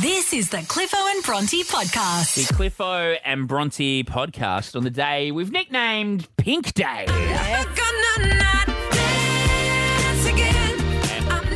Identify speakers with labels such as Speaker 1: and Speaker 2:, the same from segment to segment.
Speaker 1: This is the Cliffo and Bronte
Speaker 2: The
Speaker 1: podcast.
Speaker 2: Cliffo and Bronte podcast on the day we've nicknamed Pink Day.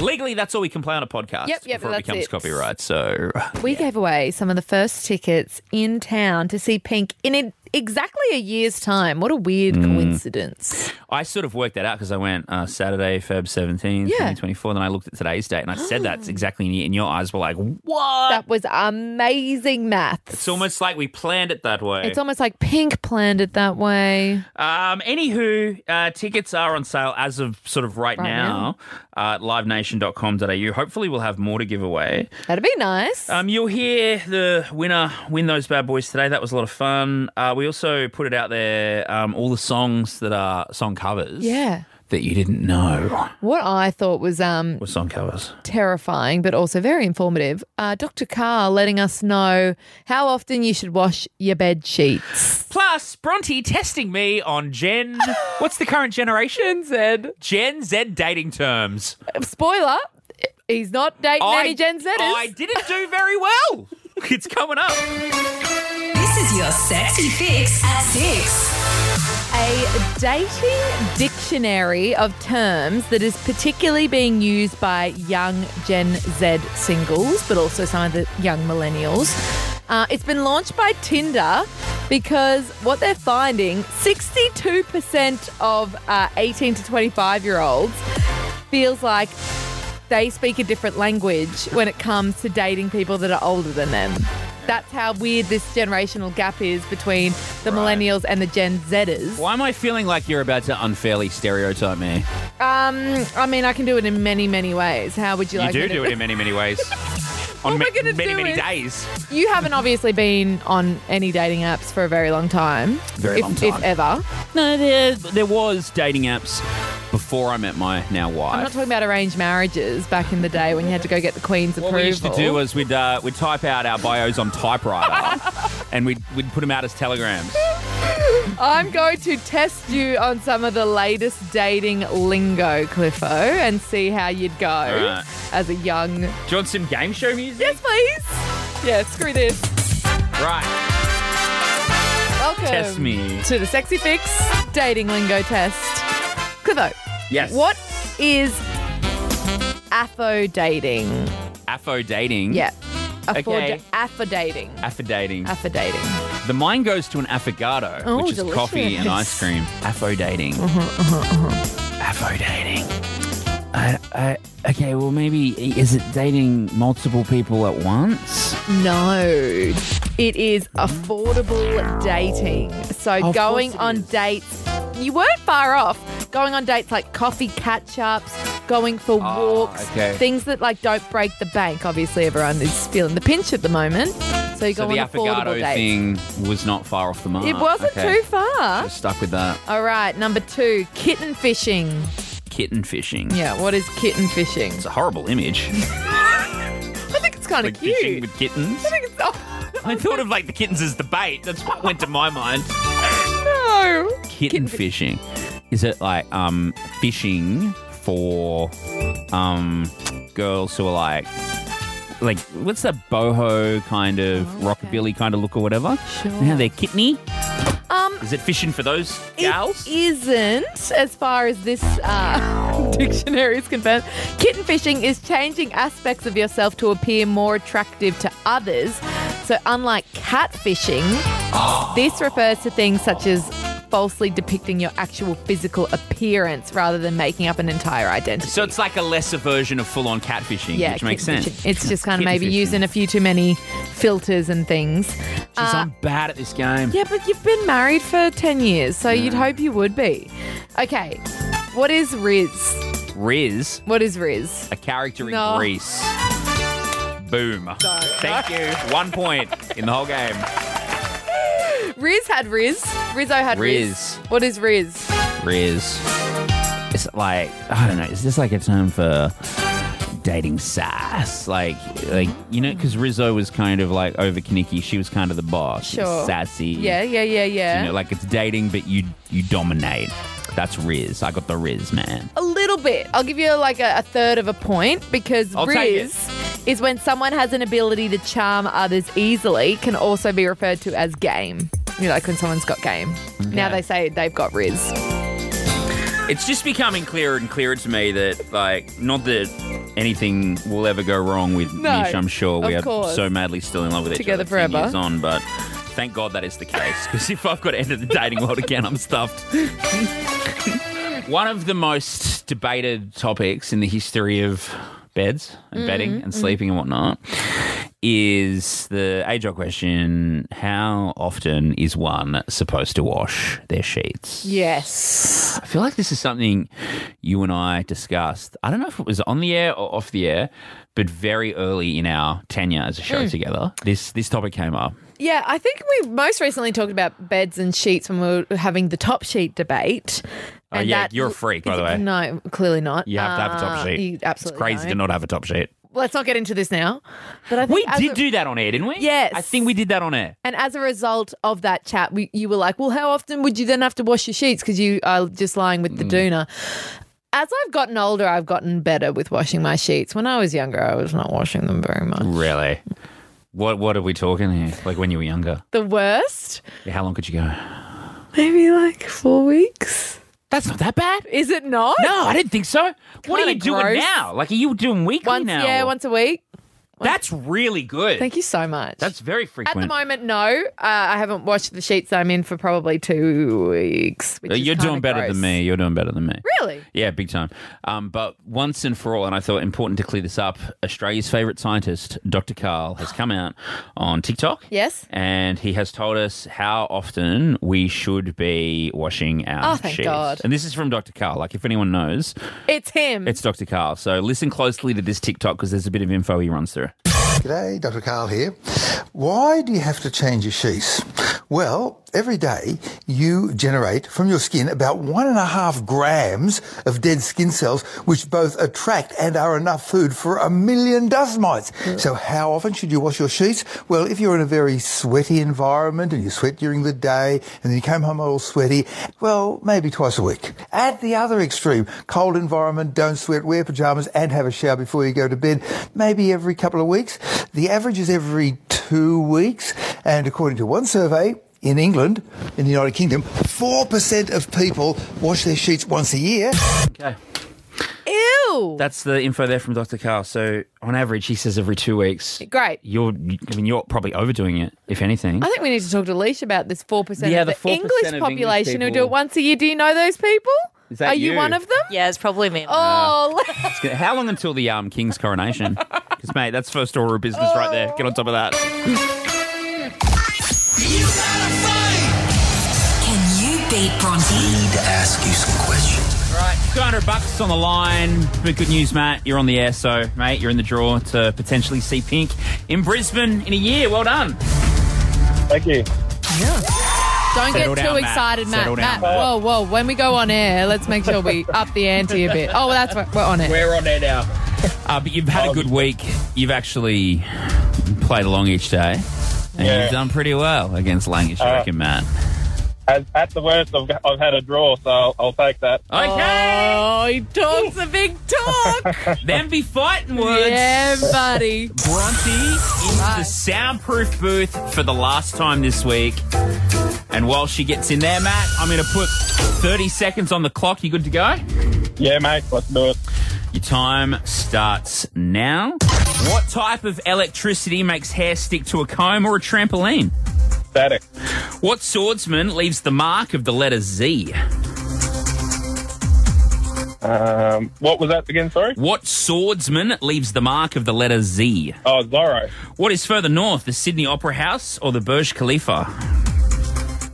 Speaker 2: Legally, that's all we can play on a podcast
Speaker 3: Yep, yep,
Speaker 2: before it
Speaker 3: that's
Speaker 2: becomes
Speaker 3: it.
Speaker 2: copyright. So,
Speaker 3: We gave away some of the first tickets in town to see Pink in e- exactly a year's time. What a weird
Speaker 2: Mm.
Speaker 3: coincidence.
Speaker 2: I sort of worked that out because I went uh, Saturday, Feb 17,
Speaker 3: Yeah. Oh.
Speaker 2: 2024. Then I looked at today's date and I said that's exactly, and y- and your eyes were like, what?
Speaker 3: That was amazing maths.
Speaker 2: Uh, it's almost like we planned it that way.
Speaker 3: It's almost like Pink planned it that way.
Speaker 2: Um, anywho, uh, tickets are on sale as of sort of right,
Speaker 3: Right
Speaker 2: now, uh, at livenation.com.au. Hopefully, we'll have more to give away.
Speaker 3: That'd be nice.
Speaker 2: Um, you'll hear the winner win those bad boys today. That was a lot of fun. Uh, we also put it out there um, all the songs that are song covers.
Speaker 3: yeah.
Speaker 2: That you didn't know
Speaker 3: What I thought was um,
Speaker 2: were song covers.
Speaker 3: terrifying, but also very informative. Uh, Dr. Carr letting us know how often you should wash your bed sheets.
Speaker 2: Plus, Bronte testing me on Gen. what's the current generation?
Speaker 3: Z.
Speaker 2: Gen Z dating terms.
Speaker 3: Spoiler: He's not dating any Gen Zers.
Speaker 2: I didn't do very well. it's coming up.
Speaker 1: This is your sexy fix at six.
Speaker 3: A dating dictionary of terms that is particularly being used by young Gen Z singles, but also some of the young millennials. Uh, it's been launched by Tinder because what they're finding 62% of uh, 18 to 25 year olds feels like they speak a different language when it comes to dating people that are older than them. That's how weird this generational gap is between the
Speaker 2: Right.
Speaker 3: millennials and the Gen Zers.
Speaker 2: Why am I feeling like you're about to unfairly stereotype me?
Speaker 3: Um, I mean, I can do it in many, many ways. How would you, like? me to-
Speaker 2: in many, many ways.
Speaker 3: What we're gonna do is-
Speaker 2: days.
Speaker 3: You haven't obviously been on any dating apps for a very long time.
Speaker 2: Very
Speaker 3: if,
Speaker 2: long
Speaker 3: if
Speaker 2: time.
Speaker 3: ever.
Speaker 2: No, there there was dating apps before I met my now
Speaker 3: I'm not
Speaker 2: wife.
Speaker 3: talking about arranged marriages back in the day when you had to go get the queen's
Speaker 2: What
Speaker 3: approval.
Speaker 2: we used to do was we'd uh, we'd type out our bios on typewriter, and we'd we'd put them out as telegrams.
Speaker 3: I'm going to test you on some of the latest dating lingo, Cliffo, and see how you'd go
Speaker 2: right.
Speaker 3: as a young.
Speaker 2: Do you want some game show music?
Speaker 3: Yes, please. Yeah, screw this.
Speaker 2: Right.
Speaker 3: Welcome.
Speaker 2: Test me.
Speaker 3: to the sexy fix dating lingo test. Cliffo.
Speaker 2: Yes.
Speaker 3: What is affo dating?
Speaker 2: Affo dating.
Speaker 3: Yeah.
Speaker 2: Okay.
Speaker 3: Affo dating.
Speaker 2: Affo dating.
Speaker 3: Affo dating.
Speaker 2: the mine goes to an affogato,
Speaker 3: Oh,
Speaker 2: which is
Speaker 3: delicious. Uh-huh,
Speaker 2: coffee and ice cream. Affo dating. Affo dating. I, I, okay, well, maybe is it dating multiple people at once?
Speaker 3: No. It is affordable dating. So
Speaker 2: course
Speaker 3: going
Speaker 2: it
Speaker 3: on
Speaker 2: is.
Speaker 3: dates. You weren't far off. Going on dates like coffee catch ups, going for
Speaker 2: Ah,
Speaker 3: walks,
Speaker 2: okay.
Speaker 3: things that like don't break the bank. Obviously, everyone is feeling the pinch at the moment. So you go
Speaker 2: So
Speaker 3: on
Speaker 2: the
Speaker 3: affordable
Speaker 2: affogato
Speaker 3: dates.
Speaker 2: thing was not far off the mark.
Speaker 3: It wasn't
Speaker 2: Oh, Okay.
Speaker 3: too far.
Speaker 2: Just Stuck with uh, that
Speaker 3: All right, number two, kitten fishing.
Speaker 2: kitten fishing.
Speaker 3: Yeah, what is kitten fishing?
Speaker 2: It's a horrible image.
Speaker 3: I think it's kind of
Speaker 2: like
Speaker 3: cute.
Speaker 2: fishing with kittens.
Speaker 3: I think it's oh,
Speaker 2: I thought of like the kittens as the bait. That's what went to my mind.
Speaker 3: oh, no.
Speaker 2: Kitten fishing. Is it like um fishing for um girls who are like like what's that boho kind of
Speaker 3: Oh, okay.
Speaker 2: rockabilly kind of look or whatever?
Speaker 3: Sure.
Speaker 2: Now they're kitteny.
Speaker 3: Um,
Speaker 2: Is it fishing for those gals?
Speaker 3: it isn't as far as this uh, dictionary is concerned. Kitten fishing is changing aspects of yourself to appear more attractive to others. So unlike catfishing, this refers to things such as falsely depicting your actual physical appearance rather than making up an entire identity.
Speaker 2: so it's like a lesser version of full on catfishing,
Speaker 3: yeah,
Speaker 2: which makes
Speaker 3: kitten
Speaker 2: sense.
Speaker 3: fishing. It's just kind of
Speaker 2: Kitten
Speaker 3: maybe
Speaker 2: fishing.
Speaker 3: using a few too many filters and things.
Speaker 2: Jeez,
Speaker 3: Uh,
Speaker 2: I'm bad at this game.
Speaker 3: yeah, but you've been married for 10 years, so you'd hope you would be. Okay, what is Riz?
Speaker 2: Riz,
Speaker 3: What is Riz?
Speaker 2: a character in
Speaker 3: No.
Speaker 2: Greece. Boom. Thank you. One point in the whole game.
Speaker 3: Riz had Riz. Rizzo had Riz.
Speaker 2: Riz.
Speaker 3: What is Riz?
Speaker 2: Riz. It's like I don't know. Is this like a term for dating sass? Like, like you know, because Rizzo was kind of like over Kaniki. She was kind of the boss. She's
Speaker 3: Sure.
Speaker 2: Sassy.
Speaker 3: Yeah, yeah, yeah, yeah.
Speaker 2: You know, like it's dating, but you you dominate. That's Riz. I got the Riz, man.
Speaker 3: a little bit. I'll give you like a, a third of a point because
Speaker 2: I'll take it.
Speaker 3: Riz is when someone has an ability to charm others easily, can also be referred to as game. You know, like when someone's got game. Now
Speaker 2: Okay.
Speaker 3: they say they've got Riz.
Speaker 2: It's just becoming clearer and clearer to me that, like, not that anything will ever go wrong with
Speaker 3: No,
Speaker 2: Nish. I'm sure we
Speaker 3: of
Speaker 2: are
Speaker 3: course.
Speaker 2: so madly still in love with each
Speaker 3: Together
Speaker 2: other. 10
Speaker 3: forever.
Speaker 2: Years on, but thank God that is the case because if I've got to enter the dating world again, I'm stuffed. One of the most debated topics in the history of beds and
Speaker 3: Mm-hmm,
Speaker 2: bedding and sleeping and whatnot is the age old question how often is one supposed to wash their sheets?
Speaker 3: Yes.
Speaker 2: I feel like this is something you and I discussed. I don't know if it was on the air or off the air, but very early in our tenure as a show
Speaker 3: Hmm.
Speaker 2: together, this this topic came up.
Speaker 3: Yeah, I think we most recently talked about beds and sheets when we were having the top sheet debate.
Speaker 2: Oh
Speaker 3: And
Speaker 2: yeah,
Speaker 3: that-
Speaker 2: you're a freak, by the way.
Speaker 3: No, clearly not.
Speaker 2: You have to have a top
Speaker 3: Uh,
Speaker 2: sheet.
Speaker 3: You absolutely
Speaker 2: it's crazy
Speaker 3: don't.
Speaker 2: to not have a top sheet.
Speaker 3: Let's not get into this now. But I think
Speaker 2: We
Speaker 3: as
Speaker 2: did
Speaker 3: a-
Speaker 2: do that on air, didn't we?
Speaker 3: Yes.
Speaker 2: I think we did that on air.
Speaker 3: And as a result of that chat, we, you were like, well, how often would you then have to wash your sheets because you are just lying with
Speaker 2: Mm.
Speaker 3: the doona? As I've gotten older, I've gotten better with washing my sheets. When I was younger, I was not washing them very much.
Speaker 2: Really? What what are we talking here? Like when you were younger?
Speaker 3: The worst,
Speaker 2: How long could you go?
Speaker 3: maybe like four weeks.
Speaker 2: That's not that bad.
Speaker 3: Is it not?
Speaker 2: No, I didn't think so. what are
Speaker 3: Kinda
Speaker 2: you doing
Speaker 3: gross.
Speaker 2: now? Like, are you doing weekly
Speaker 3: Once,
Speaker 2: now?
Speaker 3: yeah, once a week.
Speaker 2: That's really good.
Speaker 3: Thank you so much.
Speaker 2: That's very
Speaker 3: At
Speaker 2: frequent.
Speaker 3: the moment, no. Uh, I haven't washed the sheets that I'm in for probably two weeks. Which
Speaker 2: Uh,
Speaker 3: is
Speaker 2: You're
Speaker 3: kinda
Speaker 2: doing better
Speaker 3: gross.
Speaker 2: than me. You're doing better than me.
Speaker 3: Really?
Speaker 2: Yeah, big time. Um, but once and for all, and I thought important to clear this up, Australia's favourite scientist, Dr. Carl, has come out on TikTok.
Speaker 3: Yes.
Speaker 2: And he has told us how often we should be washing our
Speaker 3: Oh, thank
Speaker 2: sheets.
Speaker 3: God.
Speaker 2: And this is from Dr. Carl. Like, if anyone knows,
Speaker 3: It's him.
Speaker 2: it's Dr. Carl. So listen closely to this TikTok because there's a bit of info he runs through.
Speaker 4: G'day, Dr. Carl here. Why do you have to change your sheets? Well, every day you generate from your skin about one and a half grams of dead skin cells, which both attract and are enough food for a million dust mites. So how often should you wash your sheets? Well, if you're in a very sweaty environment and you sweat during the day and then you came home all sweaty, well, maybe twice a week. At the other extreme, cold environment, don't sweat, wear pajamas and have a shower before you go to bed, maybe every couple of weeks. The average is every two weeks. And according to one survey, in England, in the United Kingdom, 4% of people wash their sheets once a year.
Speaker 2: Okay.
Speaker 3: Ew.
Speaker 2: That's the info there from Dr. Carl. So on average, he says every two weeks.
Speaker 3: Great.
Speaker 2: You're, I mean, you're probably overdoing it, if anything.
Speaker 3: I think we need to talk to Leash about this 4%
Speaker 2: Yeah,
Speaker 3: of the,
Speaker 2: the 4%
Speaker 3: English
Speaker 2: of English
Speaker 3: population who do
Speaker 2: people.
Speaker 3: it once a year. Do you know those people?
Speaker 2: Is that
Speaker 3: Are you,
Speaker 2: you?
Speaker 3: one of them?
Speaker 5: Yeah, it's probably me.
Speaker 3: Oh,
Speaker 2: It's gonna- How long until the um, king's coronation? Because mate, that's first order of business right there. Get on top of that.
Speaker 1: Can you beat Bronte?
Speaker 6: to ask you some questions.
Speaker 2: Right, two hundred bucks on the line. But good news, Matt. You're on the air, so mate, you're in the draw to potentially see Pink in Brisbane in a year. Well done.
Speaker 7: Thank you.
Speaker 3: don't get
Speaker 2: Settle
Speaker 3: too
Speaker 2: down, Matt.
Speaker 3: excited, Matt.
Speaker 2: Settle down,
Speaker 3: Matt, whoa, whoa. When we go on air, let's make sure we up the ante a bit. Oh, well, that's right. We're on it.
Speaker 2: We're on air now. Uh, but you've had a good week. You've actually played along each day, and
Speaker 7: Yeah.
Speaker 2: you've done pretty well against Langish, I reckon, Matt.
Speaker 7: At, at the worst, I've, I've had a draw, so I'll, I'll take that.
Speaker 2: Uh. Okay,
Speaker 3: Oh, he talks a big talk.
Speaker 2: then be fighting words.
Speaker 3: yeah, buddy.
Speaker 2: Bronte in
Speaker 3: Right.
Speaker 2: the soundproof booth for the last time this week. And while she gets in there, Matt, I'm going to put 30 seconds on the clock. You good to go?
Speaker 7: Yeah, mate, let's do it.
Speaker 2: Your time starts now. What type of electricity makes hair stick to a comb or a trampoline?
Speaker 7: Static.
Speaker 2: What swordsman leaves the mark of the letter Z?
Speaker 7: Um, what was that again, sorry?
Speaker 2: What swordsman leaves the mark of the letter Z?
Speaker 7: Oh, Zorro.
Speaker 2: What is further north, the Sydney Opera House or the Burj Khalifa?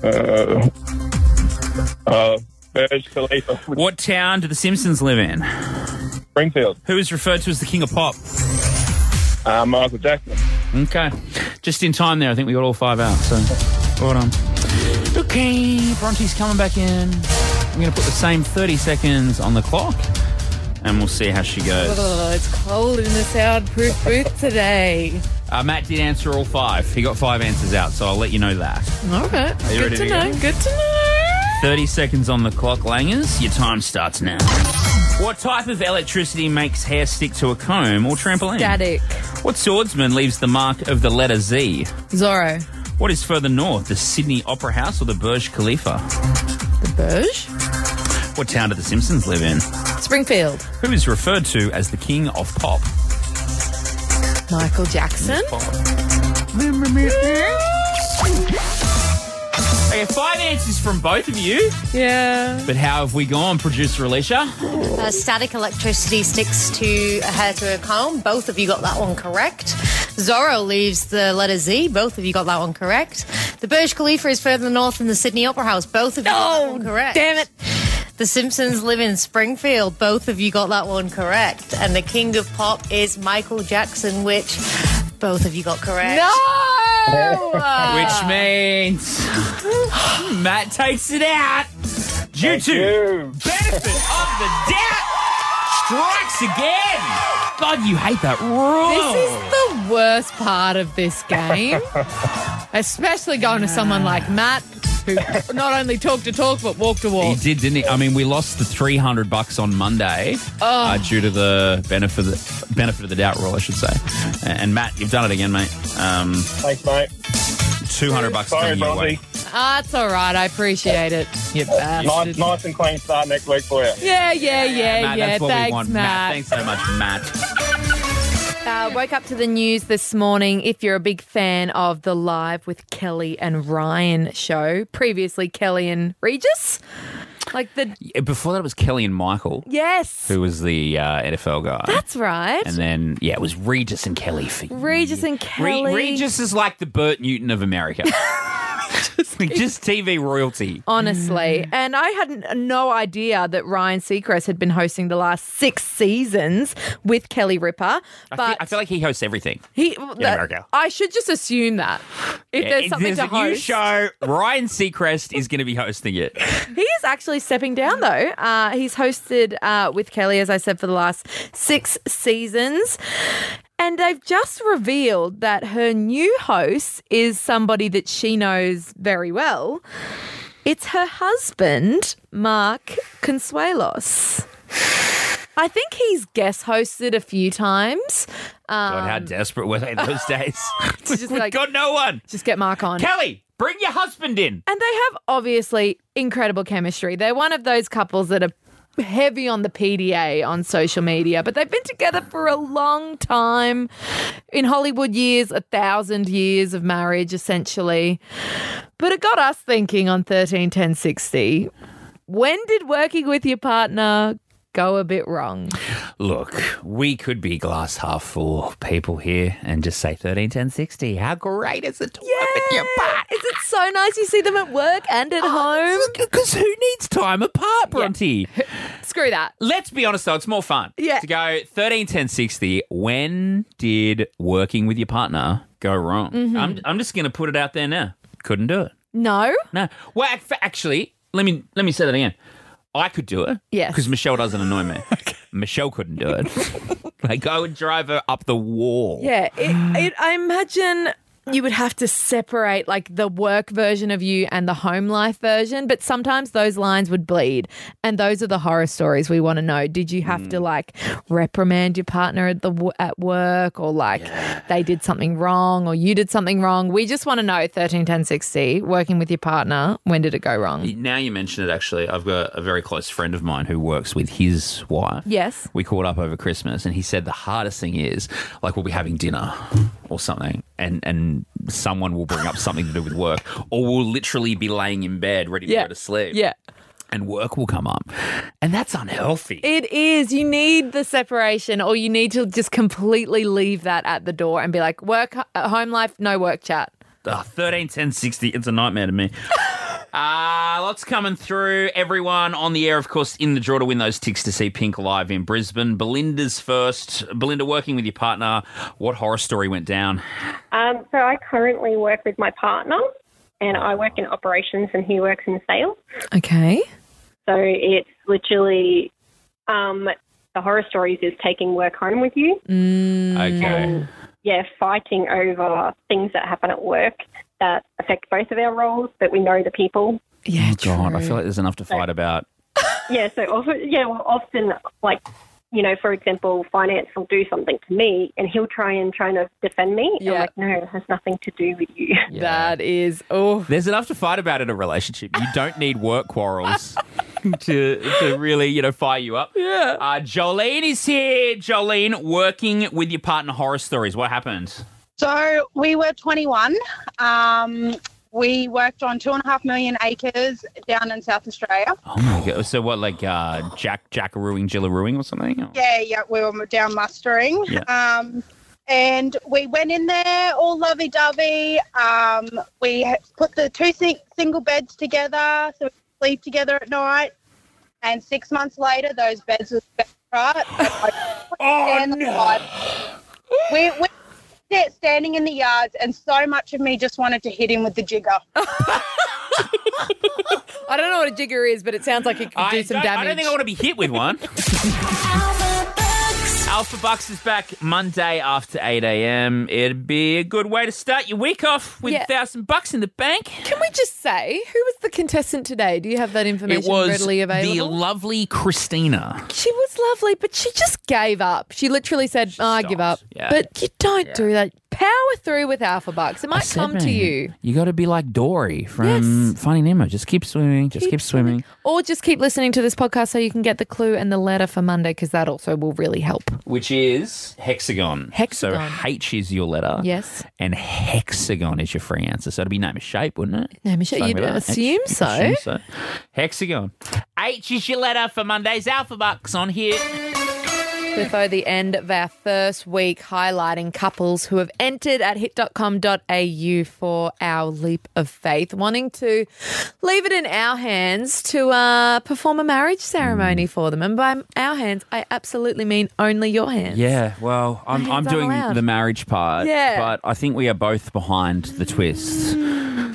Speaker 7: Uh, uh, Burj Khalifa.
Speaker 2: What town do the Simpsons live in?
Speaker 7: Springfield.
Speaker 2: Who is referred to as the King of Pop?
Speaker 7: Uh, Michael Jackson.
Speaker 2: Okay. Just in time there. I think we got all five out. So, well done. Okay, Bronte's coming back in. I'm going to put the same 30 seconds on the clock, and we'll see how she goes.
Speaker 3: Oh, it's cold in the soundproof booth today.
Speaker 2: Uh, Matt did answer all five. He got five answers out, so I'll let you know that.
Speaker 3: All right.
Speaker 2: you
Speaker 3: Good
Speaker 2: ready
Speaker 3: to
Speaker 2: to go?
Speaker 3: know. Good to know.
Speaker 2: 30 seconds on the clock, Langers. Your time starts now. What type of electricity makes hair stick to a comb or trampoline?
Speaker 3: Static.
Speaker 2: What swordsman leaves the mark of the letter Z?
Speaker 3: Zorro.
Speaker 2: What is further north, the Sydney Opera House or the Burj Khalifa?
Speaker 3: The Burge.
Speaker 2: What town do the Simpsons live in?
Speaker 3: Springfield.
Speaker 2: Who is referred to as the king of pop?
Speaker 3: Michael Jackson.
Speaker 2: Okay, five answers from both of you.
Speaker 3: Yeah.
Speaker 2: But how have we gone, producer Alicia?
Speaker 5: Uh, static electricity sticks to a hair to a comb. Both of you got that one correct. Zorro leaves the letter Z. Both of you got that one correct. The Burj Khalifa is further north than the Sydney Opera House. Both of you got that
Speaker 3: Oh,
Speaker 5: one correct.
Speaker 3: damn it.
Speaker 5: The Simpsons live in Springfield. Both of you got that one correct. And the king of pop is Michael Jackson, which both of you got correct.
Speaker 3: No!
Speaker 2: Which means Matt takes it out due to
Speaker 7: You.
Speaker 2: benefit of the doubt strikes again. God, you hate that rule.
Speaker 3: This is
Speaker 2: Oh.
Speaker 3: the worst part of this game. Especially going to someone like Matt, who not only talked to talk but walked to
Speaker 2: He
Speaker 3: walk.
Speaker 2: did, didn't he? I mean, we lost the three hundred bucks on Monday uh,
Speaker 3: Oh.
Speaker 2: due to the benefit of the, benefit of the doubt rule, I should say. And, and Matt, you've done it again, mate. Um,
Speaker 7: Thanks, mate.
Speaker 2: Two hundred bucks
Speaker 7: Sorry,
Speaker 2: coming your way.
Speaker 7: Bronzy.
Speaker 3: Ah, it's all right. I appreciate it. You bastard.
Speaker 7: Nice, nice and clean start next week for you.
Speaker 3: Yeah, yeah, yeah, yeah.
Speaker 2: Matt, that's what we
Speaker 3: Thanks,
Speaker 2: want,
Speaker 3: Matt.
Speaker 2: Thanks so much, Matt.
Speaker 3: Uh, woke up to the news this morning. If you're a big fan of the Live with Kelly and Ryan show, previously Kelly and Regis, like the
Speaker 2: Yeah, Before that, it was Kelly and Michael,
Speaker 3: yes,
Speaker 2: who was the uh, NFL guy.
Speaker 3: that's right.
Speaker 2: and then, yeah, it was Regis and Kelly. For
Speaker 3: Regis and
Speaker 2: Re-
Speaker 3: Kelly.
Speaker 2: Regis is like the Burt Newton of America. just, just TV royalty.
Speaker 3: Honestly. And I had n- no idea that Ryan Seacrest had been hosting the last six seasons with Kelly Ripper.
Speaker 2: I
Speaker 3: But
Speaker 2: feel, I feel like he hosts everything.
Speaker 3: he, that-
Speaker 2: America.
Speaker 3: I should just assume that. If
Speaker 2: Yeah,
Speaker 3: there's
Speaker 2: if
Speaker 3: something to
Speaker 2: a new
Speaker 3: host.
Speaker 2: show. Ryan Seacrest is going to be hosting it.
Speaker 3: He is actually stepping down, though. Uh, he's hosted uh, with Kelly, as I said, for the last six seasons. And they've just revealed that her new host is somebody that she knows very well. It's her husband, Mark Consuelos. I think he's guest hosted a few times. Uh,
Speaker 2: God, how desperate were they those days?
Speaker 3: just
Speaker 2: we
Speaker 3: Um, like-
Speaker 2: got no one.
Speaker 3: Just get Mark on.
Speaker 2: Kelly, bring your husband in.
Speaker 3: And they have obviously incredible chemistry. They're one of those couples that are heavy on the PDA on social media, but they've been together for a long time. In Hollywood years, a thousand years of marriage, essentially. But it got us thinking on 131060 when did working with your partner go a bit wrong?
Speaker 2: Look, we could be glass half full people here and just say 13, 10, 60. How great is it to work with your partner? Oh,
Speaker 3: Is it so nice you see them at work and at home?
Speaker 2: Because who needs time apart, Bronte?
Speaker 3: Screw that.
Speaker 2: Let's be honest, though, it's more fun
Speaker 3: Yeah.
Speaker 2: to go 13, 10, 60. When did working with your partner go wrong?
Speaker 3: Mm-hmm.
Speaker 2: I'm, I'm just going to put it out there now. Couldn't do it.
Speaker 3: No?
Speaker 2: No. Well, ac- fa- actually, let me let me say that again. I could do it.
Speaker 3: Yes.
Speaker 2: Because Michelle doesn't annoy me. Michelle couldn't do it. like I would drive her up the wall.
Speaker 3: Yeah, it, it, I imagine you would have to separate like the work version of you and the home life version, but sometimes those lines would bleed. And those are the horror stories we want to know. Did you have
Speaker 2: Mm.
Speaker 3: to like reprimand your partner at the w- at work or like they did something wrong or you did something wrong? We just want to know 131060 working with your partner, when did it go wrong?
Speaker 2: Now you mention it, actually, I've got a very close friend of mine who works with his wife.
Speaker 3: Yes.
Speaker 2: We caught up over Christmas, and he said the hardest thing is like we'll be having dinner or something, and and someone will bring up something to do with work, or we'll literally be laying in bed ready to
Speaker 3: Yeah.
Speaker 2: go to sleep.
Speaker 3: Yeah.
Speaker 2: And work will come up, and that's unhealthy.
Speaker 3: It is. You need the separation, or you need to just completely leave that at the door and be like, work, uh, home life, no work chat.
Speaker 2: Oh, 13, 10, 60. It's a nightmare to me. Uh, lots coming through. Everyone on the air, of course, in the draw to win those ticks to see Pink live in Brisbane. Belinda's first. Belinda, working with your partner, what horror story went down?
Speaker 8: Um, so I currently work with my partner, and I work in operations, and he works in sales.
Speaker 3: Okay.
Speaker 8: So it's literally um, the horror stories is taking work home with you.
Speaker 2: Mm. Okay.
Speaker 8: Yeah, fighting over things that happen at work that affect both of our roles, but we know the people.
Speaker 3: Yeah,
Speaker 2: Oh, God, I feel like there's enough to fight about
Speaker 8: yeah, so often, yeah, well, often like you know, for example, finance will do something to me, and he'll try and try to defend me.
Speaker 3: Yeah.
Speaker 8: I'm like, no, it has nothing to do with you.
Speaker 3: That is, oh,
Speaker 2: There's enough to fight about in a relationship. You don't need work quarrels to to really, you know, fire you up.
Speaker 3: Yeah.
Speaker 2: Uh, Jolene is here. Jolene, working with your partner horror stories. What happened?
Speaker 9: So we were 21. Um, we worked on two and a half million acres down in South Australia.
Speaker 2: Oh my god. So what, like uh, Jack Jackarooing, Jillarooing, or something?
Speaker 9: Yeah, yeah, we were down mustering.
Speaker 2: Yeah.
Speaker 9: Um, and we went in there all lovey dovey. Um, we ha- put the two sing- single beds together so we could sleep together at night. And six months later, those beds were split apart. oh, no. We, we were standing in the yards, and so much of me just wanted to hit him with the jigger.
Speaker 3: I don't know what a jigger is, but it sounds like it could
Speaker 2: I
Speaker 3: do some
Speaker 2: don't,
Speaker 3: damage.
Speaker 2: I don't think I want to be hit with one.
Speaker 1: Alpha Bucks.
Speaker 2: Alpha Bucks is back Monday after 8 a.m. It'd be a good way to start your week off with a
Speaker 3: Yeah.
Speaker 2: thousand bucks in the bank.
Speaker 3: Can we just say who was the contestant today? Do you have that information
Speaker 2: It was
Speaker 3: readily
Speaker 2: the
Speaker 3: available?
Speaker 2: lovely Christina.
Speaker 3: she was lovely, but she just gave up. She literally said, "Oh, "I give up."
Speaker 2: stopped, yeah.
Speaker 3: But you don't do that. Power through with Alpha Bucks. It might come to you,
Speaker 2: You got to be like Dory from Finding Nemo. Just keep swimming. Just keep, swimming.
Speaker 3: or just keep listening to this podcast so you can get the clue and the letter for Monday because that also will really help.
Speaker 2: Which is hexagon.
Speaker 3: Hexagon.
Speaker 2: So H is your letter.
Speaker 3: Yes.
Speaker 2: And hexagon is your free answer. So it'd be name of shape, wouldn't it?
Speaker 3: No, Michelle,
Speaker 2: Something
Speaker 3: you'd
Speaker 2: like that.
Speaker 3: assume
Speaker 2: H-
Speaker 3: so.
Speaker 2: assume Hexagon. H is your letter for Monday's Alpha Bucks on here.
Speaker 3: Before the end of our first week, highlighting couples who have entered at hit.com.au for our leap of faith, wanting to leave it in our hands to uh, perform a marriage ceremony for them. And by our hands, I absolutely mean only your hands.
Speaker 2: Yeah, well, I'm, I'm
Speaker 3: hands aren't
Speaker 2: doing
Speaker 3: allowed.
Speaker 2: the marriage part.
Speaker 3: Yeah.
Speaker 2: But I think we are both behind the twist.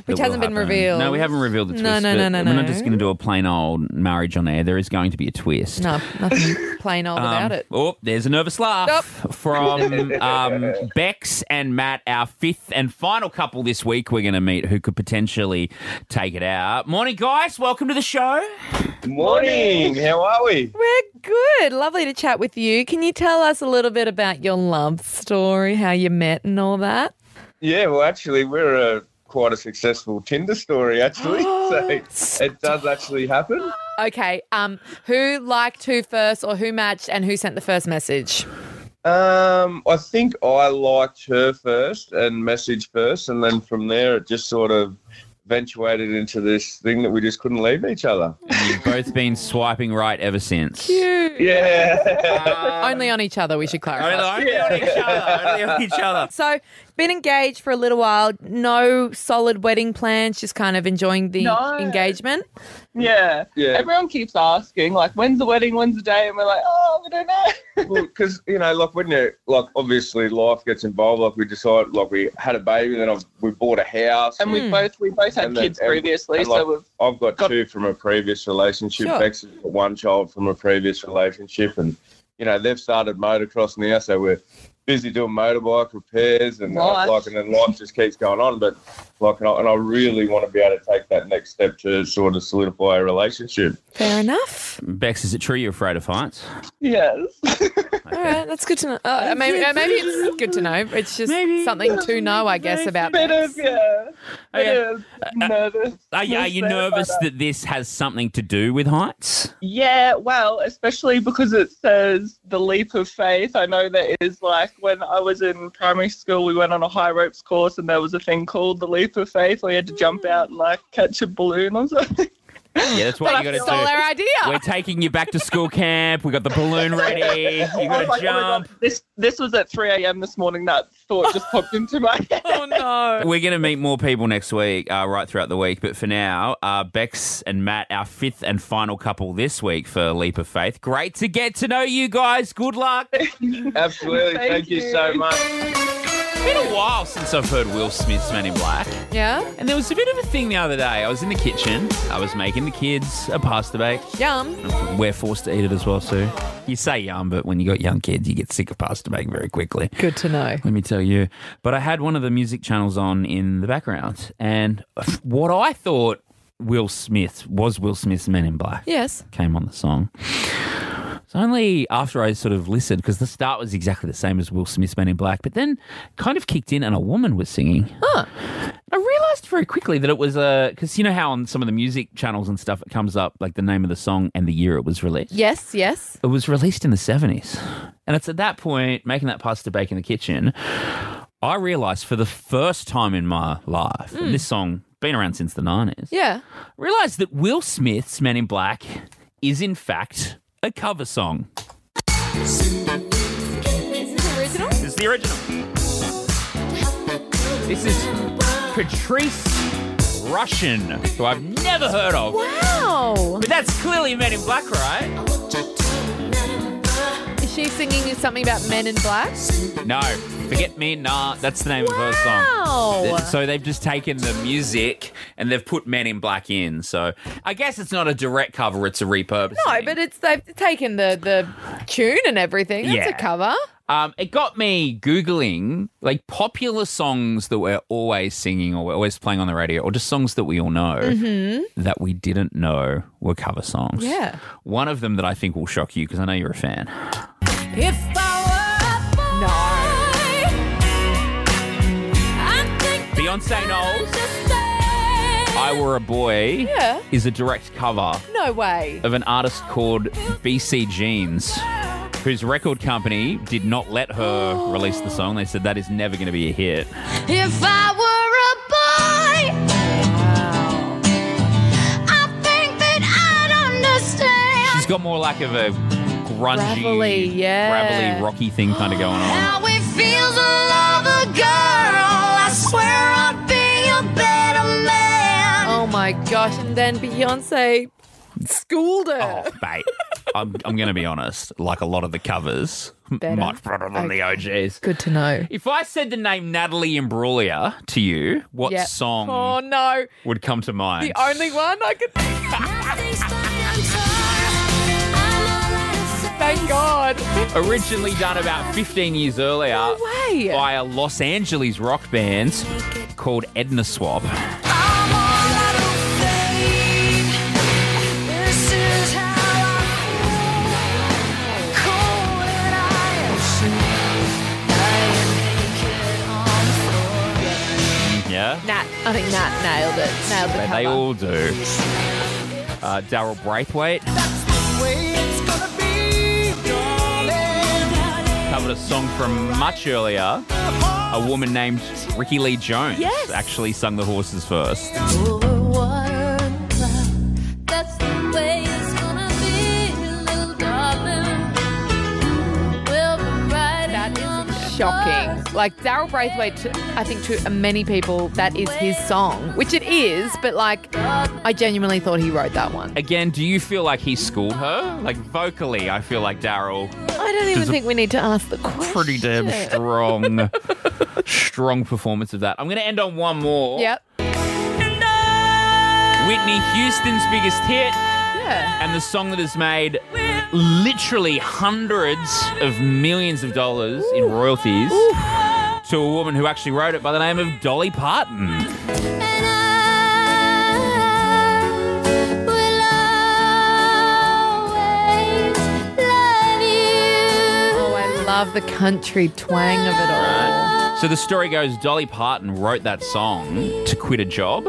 Speaker 3: Which
Speaker 2: that
Speaker 3: hasn't
Speaker 2: will
Speaker 3: been
Speaker 2: happen.
Speaker 3: revealed.
Speaker 2: No, we haven't revealed the
Speaker 3: No,
Speaker 2: twist.
Speaker 3: no, no,
Speaker 2: but
Speaker 3: no,
Speaker 2: We're
Speaker 3: no.
Speaker 2: not just going to do a plain old marriage on air. There is going to be a twist.
Speaker 3: No, nothing plain old about it.
Speaker 2: Oh, there's a nervous laugh
Speaker 3: Yup.
Speaker 2: from um, Bex and Matt, our fifth and final couple this week. We're going to meet who could potentially take it out. Morning, guys. Welcome to the show.
Speaker 7: Morning. How are we?
Speaker 3: We're good. Lovely to chat with you. Can you tell us a little bit about your love story, how you met, and all that?
Speaker 7: Yeah, well, actually, we're a, quite a successful Tinder story, actually. so it does actually happen.
Speaker 3: Okay. Um, who liked who first, or who matched, and who sent the first message?
Speaker 7: Um, I think I liked her first and messaged first, and then from there it just sort of eventuated into this thing that we just couldn't leave each other.
Speaker 2: You've both been swiping right ever since. Uh,
Speaker 7: Yeah.
Speaker 3: Only on each other, we should clarify.
Speaker 2: Only, only on each other. Only on each other.
Speaker 3: so, been engaged for a little while. No solid wedding plans. Just kind of enjoying the
Speaker 10: No.
Speaker 3: engagement.
Speaker 10: Yeah.
Speaker 7: Yeah.
Speaker 10: Everyone keeps asking, like, when's the wedding? When's the day? And we're like, oh, we don't know.
Speaker 7: because you know, like when you like, obviously life gets involved. Like we decided, like we had a baby, then I've, we bought a house.
Speaker 10: And
Speaker 3: Hmm.
Speaker 10: we both we both had
Speaker 7: And then-
Speaker 10: kids
Speaker 7: and-
Speaker 10: previously,
Speaker 7: and, like,
Speaker 10: so we've
Speaker 7: I've got,
Speaker 10: Got-
Speaker 7: two from a previous relationship.
Speaker 3: Sure.
Speaker 7: Bex has got one child from a previous relationship, and you know they've started motocross now, so we're busy doing motorbike repairs and
Speaker 10: Life.
Speaker 7: uh, like, and then life just keeps going on. But like, and I, and I really want to be able to take that next step to sort of solidify a relationship.
Speaker 3: Fair enough.
Speaker 2: Bex, is it true you're afraid of heights?
Speaker 10: yes.
Speaker 3: All right, that's good to know. Uh, maybe, uh, maybe it's good to know. It's just something to know, I guess, about.
Speaker 10: Bit of yeah. Bit
Speaker 2: Okay. Uh,
Speaker 10: of nervous.
Speaker 2: Are, you- are you nervous that this has something to do with heights?
Speaker 10: Yeah, well, especially because it says the leap of faith. I know that is like when I was in primary school, we went on a high ropes course, and there was a thing called the leap of faith where you had to
Speaker 2: Hmm.
Speaker 10: jump out and like catch a balloon or something.
Speaker 2: Yeah, that's what you
Speaker 3: Stole
Speaker 2: got to do.
Speaker 3: our idea.
Speaker 2: We're taking you back to school camp. We got the balloon ready. You
Speaker 10: I
Speaker 2: got to
Speaker 10: was like, oh my God,
Speaker 2: jump.
Speaker 10: this this was at 3 a.m. this morning. That thought just popped into my head.
Speaker 3: Oh no.
Speaker 2: We're going to meet more people next week, uh, right throughout the week. But for now, uh, Bex and Matt, our fifth and final couple this week for Leap of Faith. Great to get to know you guys. Good luck. It's
Speaker 7: Absolutely,
Speaker 10: Thank
Speaker 7: thank,
Speaker 10: you.
Speaker 7: you so much.
Speaker 2: been a while since I've heard Will Smith's Men in Black.
Speaker 3: Yeah.
Speaker 2: And there was a bit of a thing the other day. I was in the kitchen. I was making the kids a pasta bake.
Speaker 3: Yum.
Speaker 2: We're forced to eat it as well, Sue. You say yum, but when you got young kids, you get sick of pasta bake very quickly.
Speaker 3: Good to know.
Speaker 2: Let me tell you. But I had one of the music channels on in the background, and what I thought Will Smith was Will Smith's Men in Black.
Speaker 3: Yes.
Speaker 2: Came on the song. It's only after I sort of listened because the start was exactly the same as Will Smith's Men in Black, but then kind of kicked in and a woman was singing.
Speaker 3: Huh.
Speaker 2: I realized very quickly that it was a because you know how on some of the music channels and stuff it comes up like the name of the song and the year it was released.
Speaker 3: Yes, yes.
Speaker 2: It was released in the 70s. And it's at that point, making that pasta bake in the kitchen, I realized for the first time in my life,
Speaker 3: Mm.
Speaker 2: this song been around since the 90s,
Speaker 3: Yeah.
Speaker 2: realized that Will Smith's Men in Black is in fact a cover song.
Speaker 3: original?
Speaker 2: This is the original. This is Patrice Russian, who I've never heard of.
Speaker 3: Wow.
Speaker 2: But that's clearly Men in Black, right?
Speaker 3: Is she singing something about men in black?
Speaker 2: No, Forget Me Nah. That's the name of her
Speaker 3: Wow.
Speaker 2: song. Th- So they've just taken the music and they've put Men in Black in. So I guess it's not a direct cover, it's a repurpose.
Speaker 3: No, but it's they've taken the the tune and everything. That's
Speaker 2: Yeah.
Speaker 3: a cover.
Speaker 2: Um, it got me Googling like popular songs that we're always singing or we're always playing on the radio or just songs that we all know
Speaker 3: Mhm.
Speaker 2: that we didn't know were cover songs.
Speaker 3: Yeah.
Speaker 2: One of them that I think will shock you because I know you're a fan.
Speaker 1: If I were
Speaker 2: Beyonce Knowles, I Were a Boy
Speaker 3: Yeah.
Speaker 2: is a direct cover
Speaker 3: No way.
Speaker 2: of an artist called BC Jeans, whose record company did not let her release the song. They said that is never going to be a hit.
Speaker 1: no, if I were a boy, I think that I'd understand
Speaker 2: She's got more like of a grungy,
Speaker 1: Gravelly, yeah.
Speaker 2: gravelly, rocky thing kind of going on.
Speaker 1: how it feels to love a girl. I swear I'd be a better man.
Speaker 3: Oh my gosh! And then Beyonce schooled her.
Speaker 2: Mate, Oh, I'm, I'm going to be honest. Like a lot of the covers,
Speaker 3: Better.
Speaker 2: much better than the OGs.
Speaker 3: Good to know.
Speaker 2: If I said the name Natalie Imbruglia to you, what
Speaker 3: Yeah.
Speaker 2: song
Speaker 3: Oh no!
Speaker 2: would come to mind?
Speaker 3: The only one I could. Thank God.
Speaker 2: Originally done about 15 years earlier
Speaker 3: way.
Speaker 2: by a Los Angeles rock band called Edna Swab.
Speaker 1: This is how I feel. Cold and I am sure. I am naked on the floor.
Speaker 2: Yeah?
Speaker 3: Nat, I think Nat nailed it. Nailed the
Speaker 2: But
Speaker 3: cover.
Speaker 2: they all do. Uh, Daryl Braithwaite covered a song from much earlier. A woman named Ricky Lee Jones
Speaker 1: Yes.
Speaker 2: actually sung the horses first.
Speaker 1: Over water and cloud. That's the way it's gonna be, little darling. We'll be riding on the
Speaker 3: Shocking. Like Daryl Braithwaite, to, I think to many people, that is his song, which it is, but like, I genuinely thought he wrote that one.
Speaker 2: Again, do you feel like he schooled her? Like vocally, I feel like Daryl
Speaker 3: I don't even
Speaker 2: Does it-
Speaker 3: think we need to ask the question.
Speaker 2: pretty damn strong, strong performance of that. I'm going to end on one more.
Speaker 3: Yep.
Speaker 2: Whitney Houston's biggest hit.
Speaker 3: Yeah.
Speaker 2: And the song that has made literally hundreds of millions of dollars in royalties to a woman who actually wrote it by the name of Dolly Parton.
Speaker 3: Oh, I love the country twang of it all.
Speaker 2: So the story goes Dolly Parton wrote that song to quit a job.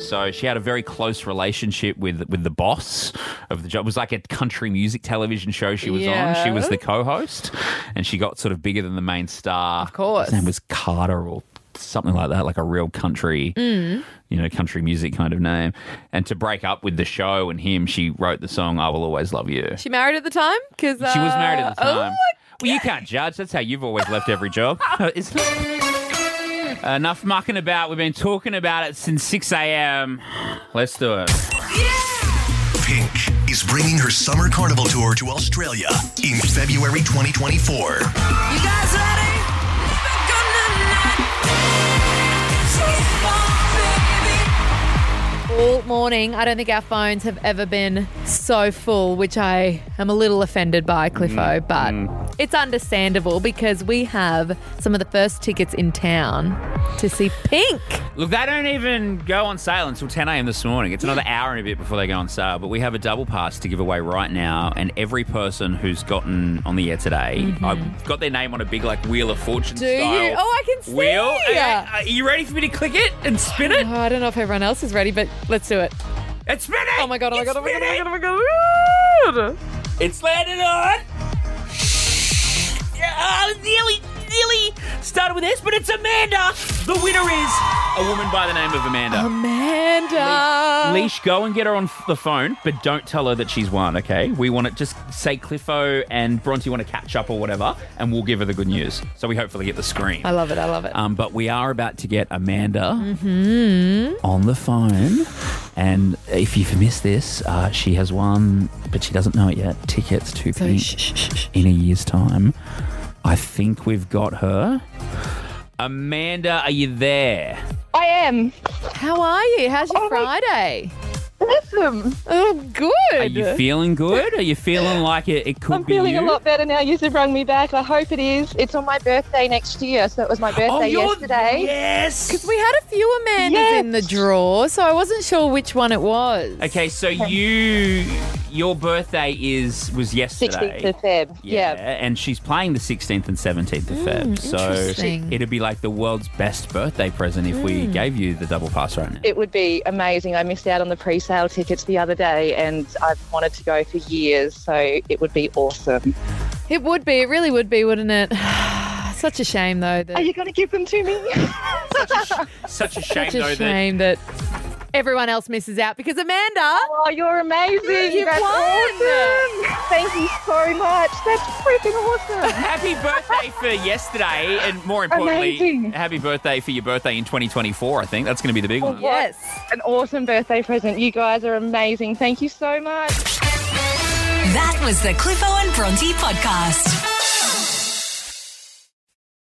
Speaker 2: So she had a very close relationship with, with the boss of the job. It was like a country music television show she was on. She was
Speaker 3: Yeah.
Speaker 2: the co-host and she got sort of bigger than the main star. Of
Speaker 3: course.
Speaker 2: His name was Carter or something like that, like a real country
Speaker 3: Mm.
Speaker 2: you know, country music kind of name. And to break up with the show and him, she wrote the song "I Will Always Love You."
Speaker 3: She married at the time? Cause,
Speaker 2: She was
Speaker 3: uh,
Speaker 2: married at the
Speaker 3: oh,
Speaker 2: time. well, you can't judge. That's how you've always left every job. It's- Enough mucking about. We've been talking about it since 6 a.m. Let's do it.
Speaker 6: Pink is bringing her summer carnival tour to Australia in February 2024.
Speaker 1: You guys ready?
Speaker 3: All morning, I don't think our phones have ever been so full, which I am a little offended by, Cliffo,
Speaker 2: Mm,
Speaker 3: but it's understandable because we have some of the first tickets in town to see Pink.
Speaker 2: Look, they don't even go on sale until 10 a.m. this morning. It's another hour and a bit before they go on sale, but we have a double pass to give away right now. And every person who's gotten on the air today, I've got their name on a big, like, Wheel of Fortune
Speaker 3: Mm-hmm. Do you?
Speaker 2: style.
Speaker 3: Oh, I can see.
Speaker 2: Wheel. Okay, Are you ready for me to click it and spin it?
Speaker 3: Oh, I don't know if everyone else is ready, but let's do it.
Speaker 2: It's spinning.
Speaker 3: Oh my god! Oh my
Speaker 2: It's
Speaker 3: god! Oh my god! Oh my god! Oh my god!
Speaker 2: It's landed on. Yeah, oh, nearly, nearly started with S, but it's Amanda. The winner is a woman by the name of Amanda.
Speaker 3: Amanda.
Speaker 2: Leash, go and get her on f- the phone, but don't tell her that she's won, okay? We want to just say Cliffo and Bronte want to catch up or whatever, and we'll give her the good news. So we hopefully get the screen.
Speaker 3: I love it. I love it.
Speaker 2: Um, but we are about to get Amanda
Speaker 3: hmm
Speaker 2: on the phone. And if you've missed this, uh, she has won, but she doesn't know it yet, tickets to Pink in a year's time. I think we've got her. Amanda, are you there?
Speaker 3: I am. How are you? How's
Speaker 2: Oh
Speaker 3: your Friday? Awesome. Oh, good.
Speaker 2: Are you feeling good? Are you feeling like it, it could
Speaker 10: I'm
Speaker 2: be
Speaker 10: feeling
Speaker 2: you?
Speaker 10: a lot better now. You've rung me back. I hope it is. It's on my birthday next year, so it was my birthday
Speaker 3: you're-
Speaker 10: yesterday.
Speaker 2: Oh, Yes.
Speaker 3: Because we had a few Amandas in the drawer, so I wasn't sure which one it was.
Speaker 2: Okay, so you your birthday is was yesterday.
Speaker 10: 16th of Feb.
Speaker 2: Yeah,
Speaker 10: Yeah.
Speaker 2: and she's playing the 16th and 17th of Feb.
Speaker 10: Mm,
Speaker 2: so
Speaker 10: interesting.
Speaker 2: it'd be like the world's best birthday present if we
Speaker 10: Mm.
Speaker 2: gave you the double pass right now.
Speaker 10: It would be amazing. I missed out on the pre-sale tickets the other day, and I've wanted to go for years, so it would be awesome.
Speaker 3: It would be. It really would be, wouldn't it? Such a shame, though. That
Speaker 10: Are you going to give them to me?
Speaker 2: Such a shame
Speaker 3: such a
Speaker 2: though
Speaker 3: shame that everyone else misses out because Amanda. Oh,
Speaker 10: you're amazing.
Speaker 3: You've
Speaker 10: That's
Speaker 3: won.
Speaker 10: awesome. Thank you so much. That's freaking awesome.
Speaker 2: Happy birthday for yesterday, and more importantly,
Speaker 10: Amazing.
Speaker 2: happy birthday for your birthday in 2024. I think that's going to be the big one.
Speaker 10: Yes. An awesome birthday present. You guys are amazing. Thank you so much.
Speaker 1: That was the Cliffo and Bronte podcast.